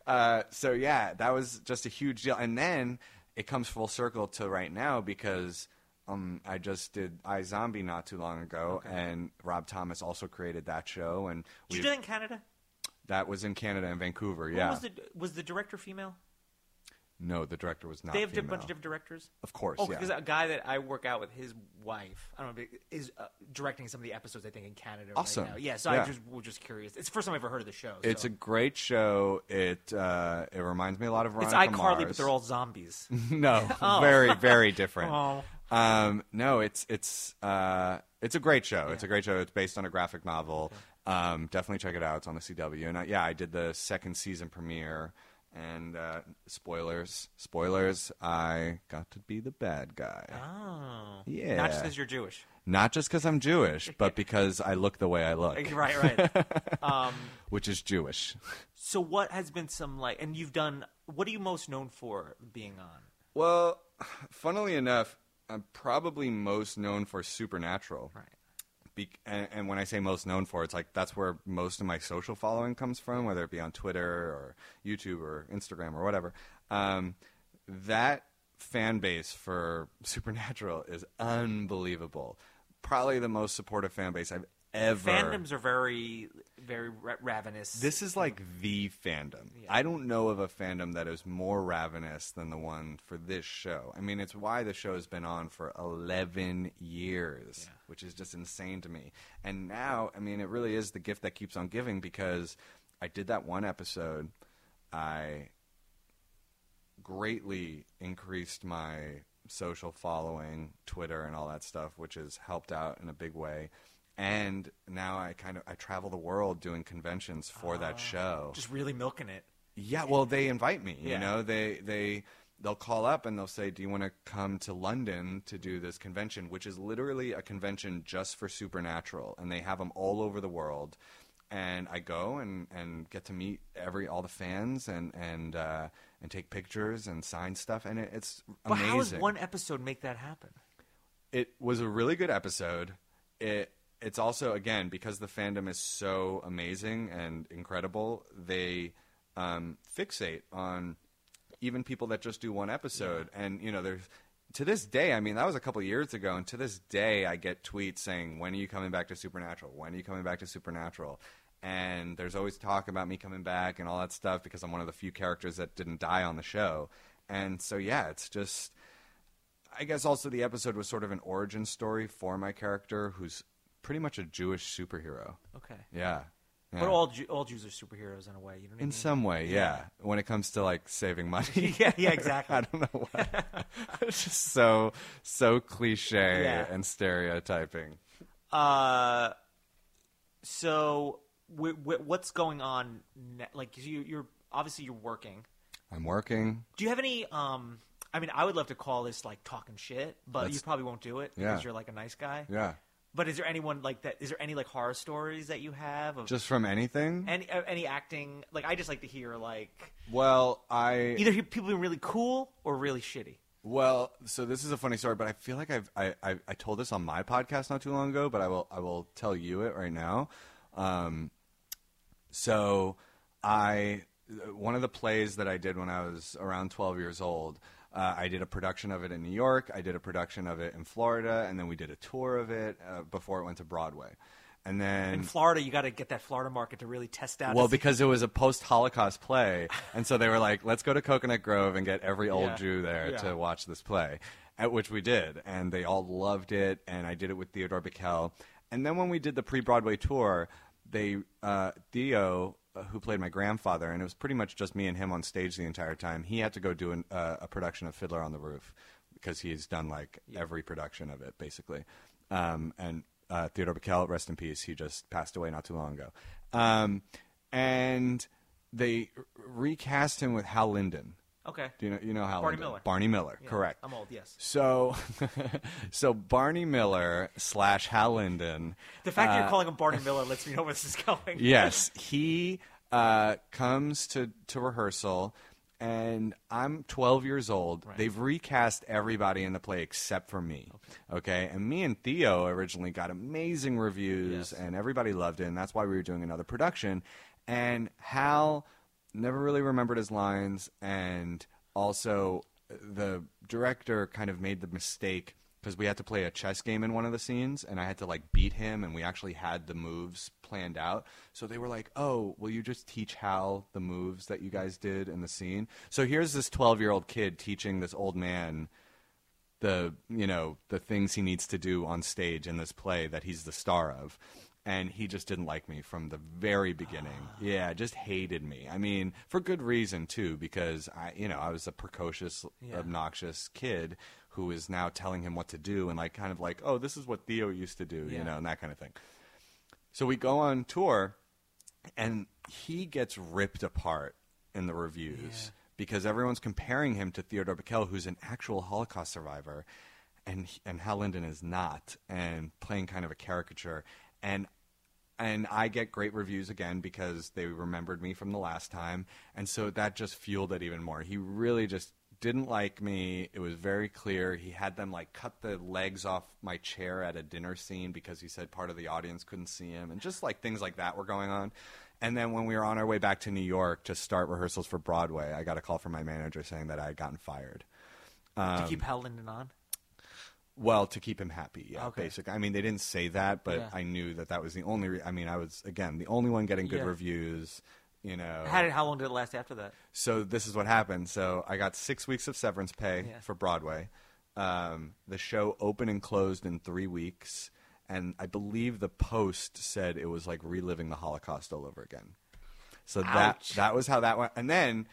S2: uh, so yeah, that was just a huge deal. And then it comes full circle to right now because um, I just did I Zombie not too long ago, and Rob Thomas also created that show, and
S1: Did
S2: we
S1: you do that in Canada?
S2: that was in Canada and Vancouver.
S1: What
S2: yeah.
S1: Was the was the director female?
S2: no, the director was not.
S1: they have a
S2: female.
S1: bunch of different directors.
S2: Of course,
S1: Oh,
S2: yeah.
S1: because a guy that I work out with, his wife, I don't know, is uh, directing some of the episodes. I think in Canada.
S2: Awesome.
S1: Right now. Yeah. So I
S2: Yeah.
S1: just was just curious. It's the first time I've ever heard of the show.
S2: It's
S1: so.
S2: a great show. It uh, it reminds me a lot of
S1: it's
S2: Veronica
S1: iCarly, but
S2: Mars.
S1: they're all zombies.
S2: no, very very different.
S1: Oh.
S2: Um, no, it's it's uh, it's a great show. It's a great show. It's based on a graphic uh, novel. Um, definitely check it out. It's on the CW. And I, yeah, I did the second season premiere, And uh, spoilers, spoilers. I got to be the bad guy.
S3: Oh.
S2: Yeah.
S3: Not just because you're Jewish.
S2: Not just because I'm Jewish, but because I look the way I look,
S3: Like, Right, right. um,
S2: which is Jewish.
S3: so what has been some like, and you've done, what are you most known for being on?
S2: Well, funnily enough, I'm probably most known for Supernatural.
S3: Right.
S2: Be- and, and when I say most known for, it's like that's where most of my social following comes from, whether it be on Twitter or YouTube or Instagram or whatever. Um, that fan base for Supernatural is unbelievable. Probably the most supportive fan base I've ever.
S3: Fandoms are very, very ra- ravenous.
S2: This is like the fandom.
S3: Yeah.
S2: I don't know of a fandom that is more ravenous than the one for this show. I mean, it's why the show has been on for 11 years, which is just insane to me. And now, I mean, it really is the gift that keeps on giving because I did that one episode. I greatly increased my social following, Twitter and all that stuff, which has helped out in a big way. And now I kind of I travel the world doing conventions for that show.
S3: just really milking it.
S2: Yeah, well, they invite me. You
S3: Yeah.
S2: know, they they they'll call up and they'll say, "Do you want to come to London to do this convention?" Which is literally a convention just for Supernatural, and they have them all over the world. And I go and and get to meet every all the fans and and uh, and take pictures and sign stuff, and it, it's
S3: But
S2: amazing
S3: how does one episode make that happen?
S2: it was a really good episode. It it's also again because the fandom is so amazing and incredible. They um, fixate on even people that just do one episode, and you know there's. To this day, I mean, that was a couple years ago, and to this day, I get tweets saying, "When are you coming back to Supernatural? When are you coming back to Supernatural?" And there's always talk about me coming back and all that stuff because I'm one of the few characters that didn't die on the show, and so yeah, it's just I guess also the episode was sort of an origin story for my character, who's pretty much a Jewish superhero.
S3: Okay.
S2: Yeah, yeah.
S3: But all Ju- all Jews are superheroes in a way. You know what I mean?
S2: in some way, yeah. When it comes to like saving money,
S3: Yeah, yeah, exactly.
S2: I don't know why. it's just so so cliche
S3: Yeah.
S2: and stereotyping.
S3: Uh, so w- w- what's going on? Ne- like 'cause you, you're obviously you're working.
S2: I'm working.
S3: Do you have any? Um, I mean, I would love to call this like talking shit, but you
S2: Let's-
S3: probably won't do it
S2: Yeah.
S3: because you're like a nice guy.
S2: Yeah,
S3: But is there anyone like that? Is there any like horror stories that you have of
S2: just from anything.
S3: any uh, any acting? Like, I just like to hear like
S2: well, I
S3: either he- people being really cool or really shitty.
S2: Well, so this is a funny story, but I feel like I've I, I, I told this on my podcast not too long ago, but I will I will tell you it right now. Um, so I one of the plays that I did when I was around twelve years old. Uh, I did a production of it in New York. I did a production of it in Florida, and then we did a tour of it uh, before it went to Broadway. And then
S3: In Florida, you got to get that Florida market to really test out.
S2: well,
S3: to see-
S2: because it was a post-Holocaust play, and so they were like, "Let's go to Coconut Grove and get every old
S3: Yeah.
S2: Jew there
S3: Yeah.
S2: to watch this play," at which we did, and they all loved it. And I did it with Theodore Bickel, and then when we did the pre-Broadway tour, they uh, Theo, uh, who played my grandfather, and it was pretty much just me and him on stage the entire time. He had to go do an, uh, a production of Fiddler on the Roof because he's done like every production of it basically. Um, and uh, Theodore Bickel, rest in peace. He just passed away not too long ago. Um, and they r- recast him with Hal Linden.
S3: okay,
S2: Do you know you know Hal
S3: Barney
S2: Lyndon?
S3: Miller.
S2: Barney Miller,
S3: Yeah,
S2: correct.
S3: I'm old. Yes.
S2: So, so Barney Miller slash Hal Linden.
S3: The fact
S2: Uh,
S3: that you're calling him Barney Miller lets me know where this is going.
S2: yes, he uh, comes to, to rehearsal, and I'm 12 years old. They've recast everybody in the play except for me. Okay. And me and Theo originally got amazing reviews,
S3: Yes.
S2: and everybody loved it, and that's why we were doing another production. And Hal never really remembered his lines, and also uh, the director kind of made the mistake because we had to play a chess game in one of the scenes and i had to like beat him and we actually had the moves planned out so they were like oh will you just teach hal the moves that you guys did in the scene so here's this 12 year old kid teaching this old man the you know the things he needs to do on stage in this play that he's the star of and he just didn't like me from the very beginning yeah just hated me i mean for good reason too because i you know i was a precocious
S3: Yeah.
S2: obnoxious kid who is now telling him what to do and like kind of like oh this is what theo used to do you
S3: Yeah.
S2: know and that kind of thing so we go on tour and he gets ripped apart in the reviews because everyone's comparing him to Theodore Bickel, who's an actual Holocaust survivor, and he- and Hal Linden is not, and playing kind of a caricature, and and I get great reviews again because they remembered me from the last time, and so that just fueled it even more. He really just didn't like me. It was very clear. He had them like cut the legs off my chair at a dinner scene because he said part of the audience couldn't see him, and just like things like that were going on. And then when we were on our way back to New York to start rehearsals for Broadway, I got a call from my manager saying that I had gotten fired.
S1: to keep Hal Linden on.
S2: Well, to keep him happy, yeah,
S1: Okay.
S2: basically. I mean, they didn't say that, but
S1: Yeah.
S2: I knew that that was the only. Re- I mean, I was again the only one getting good
S1: Yeah.
S2: reviews. You know,
S1: How did how long did it last after that?
S2: so this is what happened. So I got six weeks of severance pay
S1: Yeah.
S2: for Broadway. Um, the show opened and closed in three weeks, and I believe the Post said it was like reliving the Holocaust all over again. So
S1: Ouch.
S2: that that was how that went. And then,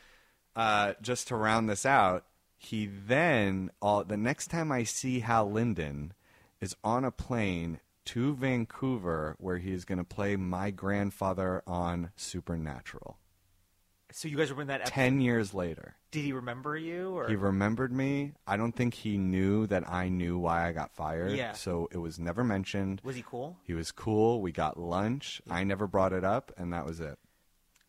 S2: uh, just to round this out, he then all the next time I see Hal Linden is on a plane to Vancouver where he is going to play my grandfather on Supernatural.
S1: So you guys were in that. Episode.
S2: Ten years later.
S1: Did he remember you or
S2: He remembered me. I don't think he knew that I knew why I got fired.
S1: Yeah.
S2: So it was never mentioned.
S1: was he cool?
S2: He was cool. We got lunch. I never brought it up, and that was it.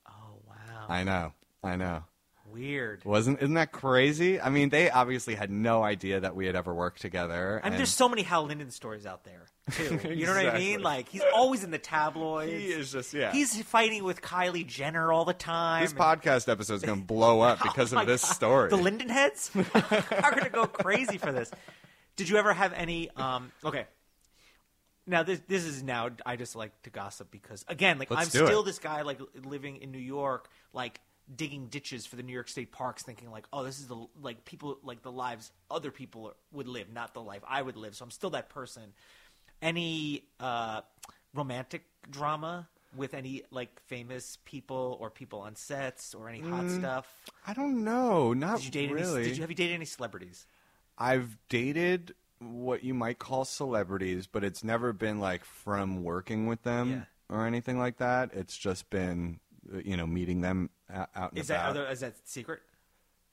S1: Oh wow,
S2: I know. I know.
S1: weird.
S2: Wasn't isn't that crazy? I mean, they obviously had no idea that we had ever worked together.
S1: I mean,
S2: and
S1: there's so many Hal Linden stories out there too. You know what I
S2: Exactly.
S1: mean? Like he's always in the tabloids.
S2: he is just yeah.
S1: He's fighting with Kylie Jenner all the time.
S2: this podcast episode is going to blow up because
S1: Oh My
S2: of this
S1: God.
S2: story.
S1: The Linden heads are going to go crazy for this. Did you ever have any? Um, okay. Now this this is now I just like to gossip because again like
S2: Let's
S1: I'm
S2: do
S1: still
S2: it.
S1: this guy like living in New York like digging ditches for the New York State parks thinking like oh this is the like people like the lives other people would live not the life I would live so I'm still that person any uh romantic drama with any like famous people or people on sets or any hot
S2: Mm,
S1: stuff
S2: I don't know. Not
S1: did you date
S2: really.
S1: any? Did you have you dated any celebrities?
S2: I've dated what you might call celebrities, but it's never been like from working with them
S1: Yeah.
S2: or anything like that. It's just been uh, you know meeting them o- out and
S1: Is that
S2: about.
S1: are there, is that secret?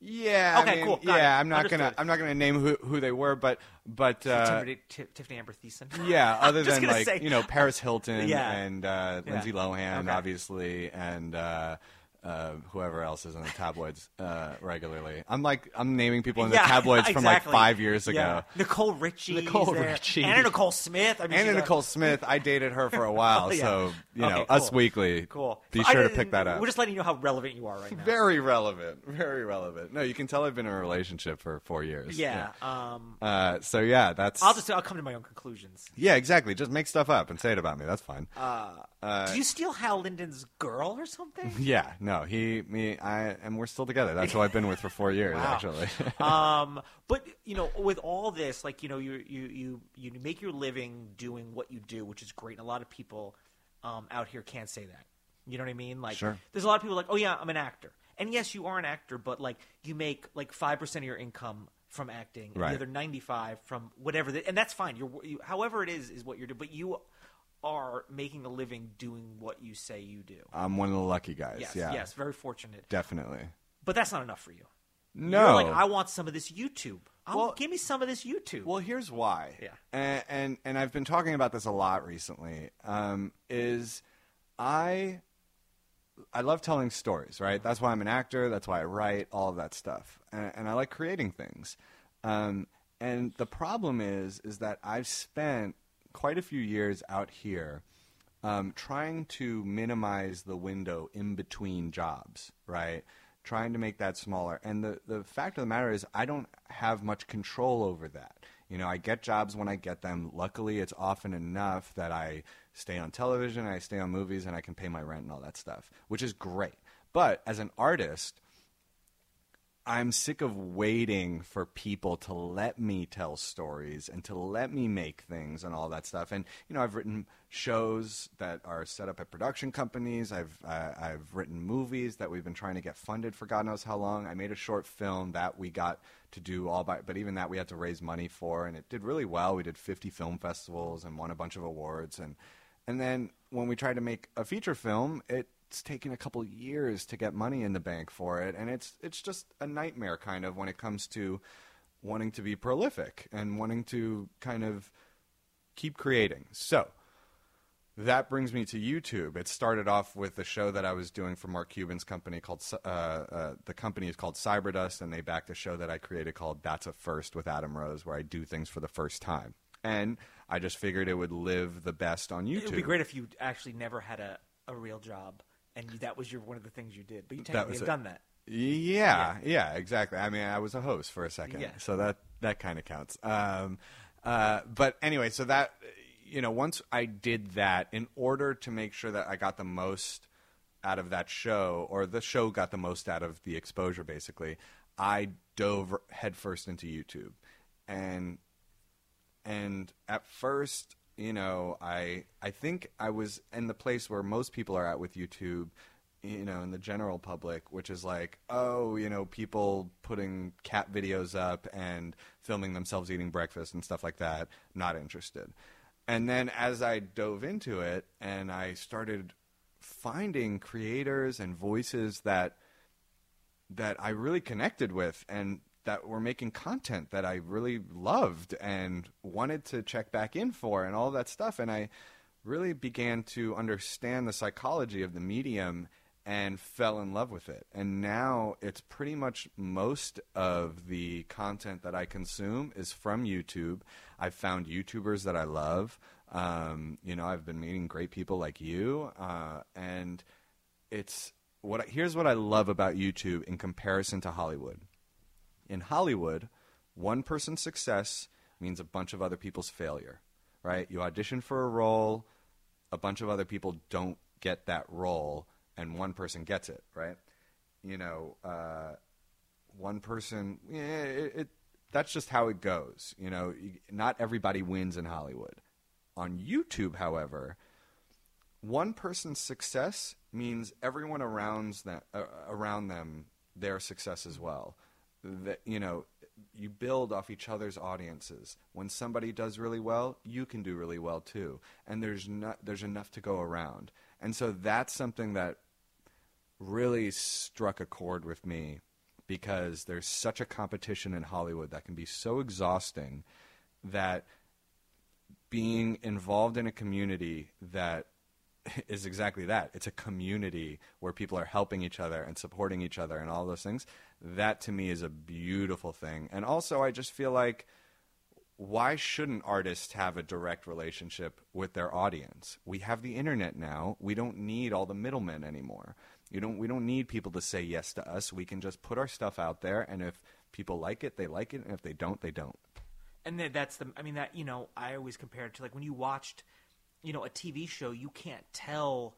S2: Yeah. I
S1: Okay,
S2: mean,
S1: cool. Got
S2: Yeah,
S1: it.
S2: I'm not gonna
S1: Understood.
S2: I'm not gonna name who who they were, but but uh,
S1: Timothy- Ti- Tiffany Amber Thiessen.
S2: yeah, other
S1: just
S2: than
S1: gonna
S2: like
S1: say-
S2: you know Paris Hilton
S1: Yeah.
S2: and uh,
S1: Yeah.
S2: Lindsay Lohan,
S1: Okay.
S2: obviously, and. Uh, uh, whoever else is in the tabloids uh, regularly? I'm like I'm naming people in the
S1: Yeah,
S2: tabloids from
S1: exactly.
S2: like five years ago.
S1: Yeah. Nicole Richie.
S2: Nicole
S1: there.
S2: Richie.
S1: Anna Nicole Smith. I mean,
S2: Anna
S1: she's a-
S2: Nicole Smith, I dated her for a while,
S1: Oh, yeah.
S2: so you know,
S1: Okay,
S2: Us
S1: cool.
S2: Weekly.
S1: Cool.
S2: Be
S1: So I
S2: sure to
S1: didn't-
S2: pick that up.
S1: We're just letting you know how relevant you are right now.
S2: Very relevant. Very relevant. No, you can tell I've been in a relationship for four years.
S1: yeah. Um,
S2: Yeah. Uh, so yeah, that's.
S1: I'll just I'll come to my own conclusions.
S2: yeah, exactly. Just make stuff up and say it about me. That's fine.
S1: Uh.
S2: Uh,
S1: Did you steal Hal Linden's girl or something?
S2: yeah. No, he, me, I, and we're still together. That's who I've been with for four years,
S1: Wow.
S2: actually.
S1: um, but you know, with all this, like you know, you you you you make your living doing what you do, which is great. And a lot of people um, out here can't say that. You know what I mean? Like,
S2: Sure.
S1: there's a lot of people like, oh yeah, I'm an actor, and yes, you are an actor, but like you make like five percent of your income from acting, and
S2: Right.
S1: the other ninety five from whatever, the, and that's fine. You're you, however it is is what you're doing, but you are making a living doing what you say you do.
S2: I'm one of the lucky guys.
S1: Yes,
S2: yeah.
S1: yes, very fortunate.
S2: Definitely.
S1: But that's not enough for you.
S2: No.
S1: You're like, I want some of this YouTube. i
S2: Well-
S1: give me some of this YouTube.
S2: Well, here's why.
S1: Yeah.
S2: And and, and I've been talking about this a lot recently. Um, is I I love telling stories, right? That's why I'm an actor. That's why I write all of that stuff, and, and I like creating things. Um, and the problem is, is that I've spent quite a few years out here um, trying to minimize the window in between jobs, right? Trying to make that smaller. And the, the fact of the matter is, I don't have much control over that. You know, I get jobs when I get them. Luckily, it's often enough that I stay on television, I stay on movies, and I can pay my rent and all that stuff, which is great. But as an artist, I'm sick of waiting for people to let me tell stories and to let me make things and all that stuff. And you know, I've written shows that are set up at production companies. I've uh, I've written movies that we've been trying to get funded for God knows how long. I made a short film that we got to do all by, but even that we had to raise money for, and it did really well. We did 50 film festivals and won a bunch of awards. And and then when we tried to make a feature film, it it's taken a couple years to get money in the bank for it, and it's it's just a nightmare kind of when it comes to wanting to be prolific and wanting to kind of keep creating. So that brings me to YouTube. It started off with a show that I was doing for Mark Cuban's company called uh, uh, the company is called Cyberdust, and they backed a show that I created called That's a First with Adam Rose, where I do things for the first time. And I just figured it would live the best on YouTube.
S3: It would be great if you actually never had a, a real job and you, that was your one of the things you did. But you technically
S2: was
S3: have
S2: it.
S3: done that.
S2: Yeah, yeah, exactly. I mean, I was a host for a second,
S3: Yeah.
S2: so that that kind of counts. Um, uh, but anyway, so that you know, once I did that, in order to make sure that I got the most out of that show, or the show got the most out of the exposure, basically, I dove headfirst into YouTube, and and at first you know i i think i was in the place where most people are at with youtube you know in the general public which is like oh you know people putting cat videos up and filming themselves eating breakfast and stuff like that not interested and then as i dove into it and i started finding creators and voices that that I really connected with and that were making content that I really loved and wanted to check back in for and all that stuff. And I really began to understand the psychology of the medium and fell in love with it. And now it's pretty much most of the content that I consume is from YouTube. I've found YouTubers that I love. Um, you know, I've been meeting great people like you. Uh, and it's what I- here's what I love about YouTube in comparison to Hollywood. In Hollywood, one person's success means a bunch of other people's failure, right? You audition for a role, a bunch of other people don't get that role, and one person gets it, right? You know, uh, one person, yeah, it, it, that's just how it goes. You know, You- not everybody wins in Hollywood. On YouTube, however, one person's success means everyone around them, uh, around them their success as well. That you know, you build off each other's audiences. When somebody does really well, you can do really well too. And there's not there's enough to go around. And so that's something that really struck a chord with me because there's such a competition in Hollywood that can be so exhausting that being involved in a community that is exactly that. It's a community where people are helping each other and supporting each other and all those things. That to me is a beautiful thing. And also, I just feel like why shouldn't artists have a direct relationship with their audience? We have the internet now. We don't need all the middlemen anymore. You don't we don't need people to say yes to us. We can just put our stuff out there and if people like it, they like it, and if they don't, they don't.
S3: and then that's the i mean that you know i always compare it to like when you watched you know a tv show you can't tell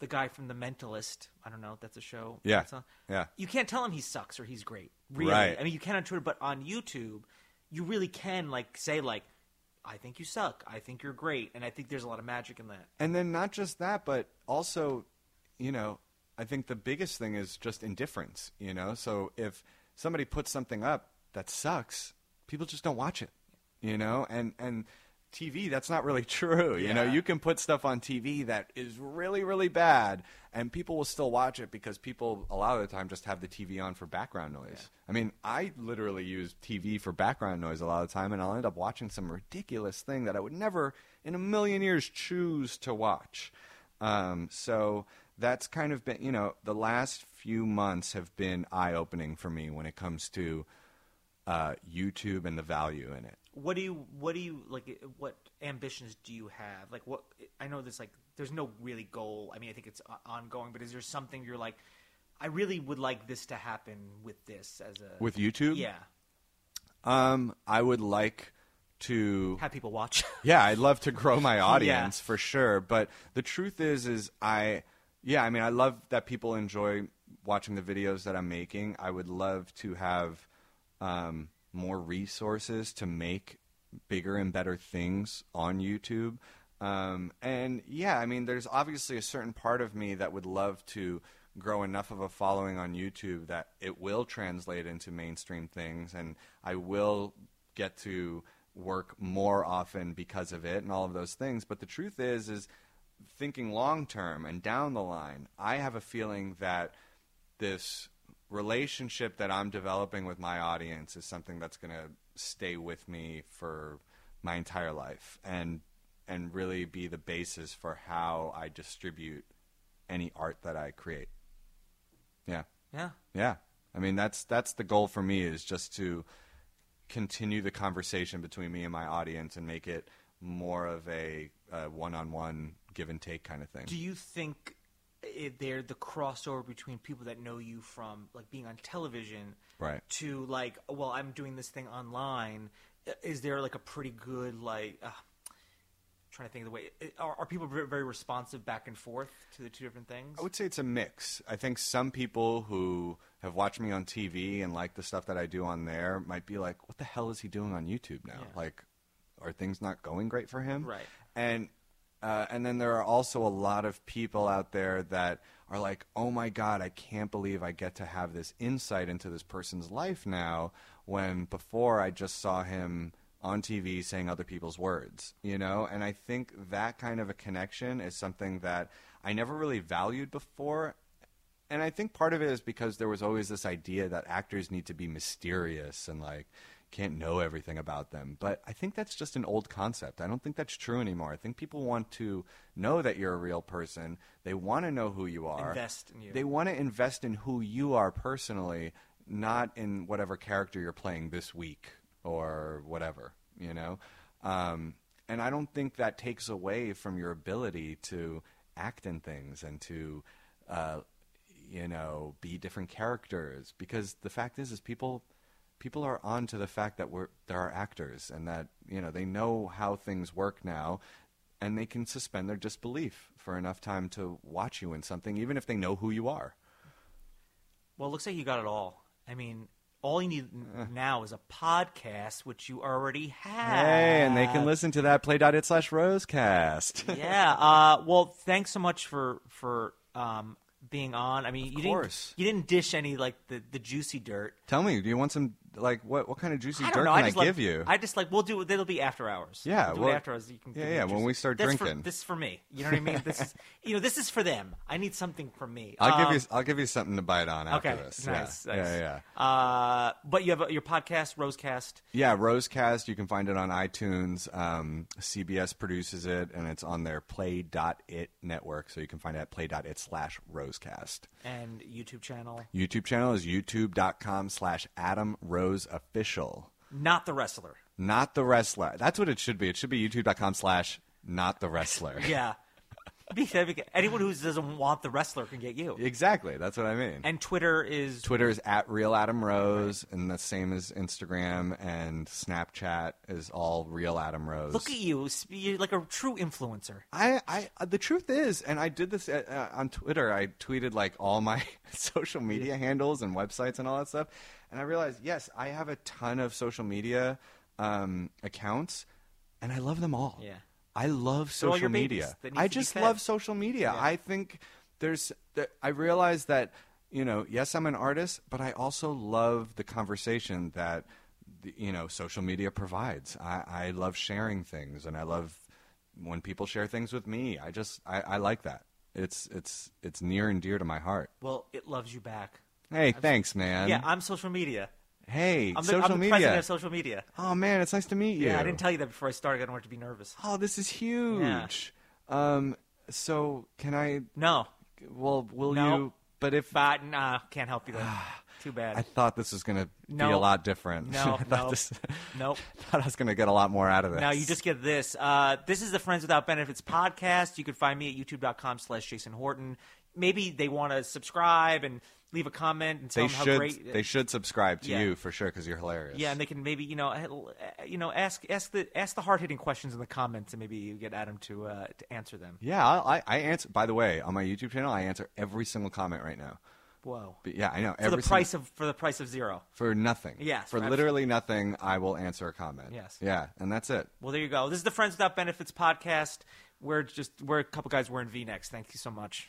S3: the guy from the mentalist i don't know if that's a show
S2: Yeah.
S3: that's on-
S2: Yeah.
S3: you can't tell him he sucks or he's great really
S2: Right.
S3: i mean you can on twitter but on youtube you really can like say like i think you suck i think you're great and i think there's a lot of magic in that
S2: And then not just that, but also, you know, I think the biggest thing is just indifference, you know? So if somebody puts something up that sucks, people just don't watch it, you know? And and TV, that's not really true. You know,
S3: Yeah.
S2: you can put stuff on TV that is really, really bad and people will still watch it because people a lot of the time just have the TV on for background noise. I mean, I literally use TV for background noise a lot of the time and I'll end up watching some ridiculous thing that I would never in a million years choose to watch. Um, so that's kind of been, you know, the last few months have been eye opening for me when it comes to uh, YouTube and the value in it.
S3: what do you what do you like what ambitions do you have like what i know there's like there's no really goal i mean i think it's o- ongoing but is there something you're like i really would like this to happen with this as a
S2: With YouTube?
S3: Uh, yeah
S2: Um, I would like to
S3: have people watch
S2: yeah i'd love to grow my audience for sure but the truth is is i yeah i mean i love that people enjoy watching the videos that i'm making i would love to have um, more resources to make bigger and better things on youtube um, and yeah i mean there's obviously a certain part of me that would love to grow enough of a following on youtube that it will translate into mainstream things and i will get to work more often because of it and all of those things. But the truth is, is thinking long term and down the line, I have a feeling that this relationship that I'm developing with my audience is something that's going to stay with me for my entire life and and really be the basis for how I distribute any art that I create. Yeah.
S1: Yeah.
S2: Yeah. I mean that's that's the goal for me is just to continue the conversation between me and my audience and make it more of a uh, one-on-one give and take kind of thing.
S1: Do you think i- they're the crossover between people that know you from like being on television
S2: Right.
S1: to like, well, I'm doing this thing online. I- Is there like a pretty good like? Uh, trying to think of the way i- are, are people ver- very responsive back and forth to the two different things
S2: I would say it's a mix. I think some people who have watched me on TV and like the stuff that I do on there might be like, "What the hell is he doing on YouTube now?
S1: Yeah.
S2: Like, are things not going great for him?"
S1: Right.
S2: And uh, and then there are also a lot of people out there that are like, "Oh my god, I can't believe I get to have this insight into this person's life now." When before I just saw him on TV saying other people's words, you know? And I think that kind of a connection is something that I never really valued before. And I think part of it is because there was always this idea that actors need to be mysterious and like can't know everything about them. But I think that's just an old concept. I don't think that's true anymore. I think people want to know that you're a real person. They want to know who you are.
S1: Invest in you.
S2: They want to invest in who you are personally, not in whatever character you're playing this week or whatever, you know? Um, and I don't think that takes away from your ability to act in things and to, uh, you know, be different characters. Because the fact is, is people. People are on to the fact that we're there are actors and that you know they know how things work now and they can suspend their disbelief for enough time to watch you in something, even if they know who you are.
S1: Well, it looks like you got it all. I mean, all you need n-
S2: Eh.
S1: now is a podcast, which you already have.
S2: Hey, and they
S1: Ah.
S2: can listen to that play.it slash rosecast.
S1: yeah. Uh, well, thanks so much for for um, being on. I mean, you
S2: course.
S1: didn't you didn't dish any like the, the juicy dirt.
S2: Tell me, do you want some like what what kind of juicy
S1: I
S2: dirt
S1: don't know.
S2: can
S1: I
S2: I,
S1: just like,
S2: give you?
S1: I just like we'll do. It'll be after hours.
S2: Yeah,
S1: We'll do it
S2: well,
S1: after hours. You can.
S2: yeah,
S1: give me
S2: yeah,
S1: the
S2: when we
S1: juicy-
S2: start
S1: That's
S2: drinking.
S1: for, this is for me. You know what I mean? This is you know this is for them. I need something from me.
S2: I'll
S1: Um,
S2: give you I'll give you something to bite on after
S1: Okay.
S2: this.
S1: Nice. Nice.
S2: yeah. yeah, yeah.
S1: Uh, but you have a, your podcast, Rosecast.
S2: Yeah, Rosecast, you can find it on iTunes. Um, CBS produces it, and it's on their play.it network, so you can find it at play.it slash rosecast.
S1: and YouTube channel.
S2: YouTube channel is youtube.com slash Adam Rose Official.
S1: Not the wrestler.
S2: Not the wrestler. That's what it should be. It should be youtube.com slash not the wrestler.
S1: Yeah. Because Anyone who doesn't want the wrestler can get you.
S2: Exactly. That's what I mean.
S1: And Twitter is
S2: Twitter is at real Adam Rose, and the same as Instagram and Snapchat is all real Adam Rose.
S1: look at you, sp- you're like a true influencer.
S2: I, I uh, the truth is, and I did this uh, uh, on Twitter. I tweeted like all my social media handles and websites and all that stuff, and I realized yes, I have a ton of social media um, accounts, and I love them all.
S1: Yeah.
S2: I love
S1: all
S2: social
S1: your babies
S2: media.
S1: that need to
S2: I
S1: be
S2: just
S1: fed.
S2: love social media. I think there's. That I realize that you know, yes, I'm an artist, but I also love the conversation that the, you know social media provides. I, I love sharing things, and I love when people share things with me. I just I, I like that. It's it's it's near and dear to my heart.
S1: Well, it loves you back.
S2: Hey, thanks, man.
S1: yeah, I'm social media.
S2: hey,
S1: I'm the,
S2: social
S1: I'm the president
S2: media.
S1: of social media.
S2: oh man, it's nice to meet you.
S1: Yeah, I didn't tell you that before I started. I don't want you to be nervous.
S2: oh, this is huge. Um, so can I?
S1: No,
S2: Well, will
S1: No.
S2: you? But if
S1: but nah, can't help you then. Too
S2: I
S1: bad.
S2: thought this was gonna be
S1: No.
S2: a lot different.
S1: No,
S2: I thought
S1: no,
S2: this-
S1: nope.
S2: thought I was gonna get a lot more out of this.
S1: Now you just get this. Uh, this is the Friends Without Benefits podcast. You can find me at youtube.com slash Jason Horton. Maybe they want to subscribe and leave a comment and tell
S2: they
S1: them how
S2: should
S1: great.
S2: they should subscribe to
S1: Yeah.
S2: you for sure because you're hilarious.
S1: yeah, and they can maybe you know uh, you know ask ask the ask the hard hitting questions in the comments and maybe you get Adam to uh, to answer them.
S2: yeah. I, I- I answer. By the way, on my YouTube channel, I answer every single comment right now.
S1: Whoa.
S2: But yeah, I know
S1: For
S2: every
S1: the
S2: single-
S1: price of for the price of zero.
S2: for nothing.
S1: Yes,
S2: for
S1: for
S2: literally nothing, I will answer a comment.
S1: Yes.
S2: yeah, and that's it.
S1: Well, there you go. This is the Friends Without Benefits podcast. We're just we're a couple guys wearing V necks. Thank you so much.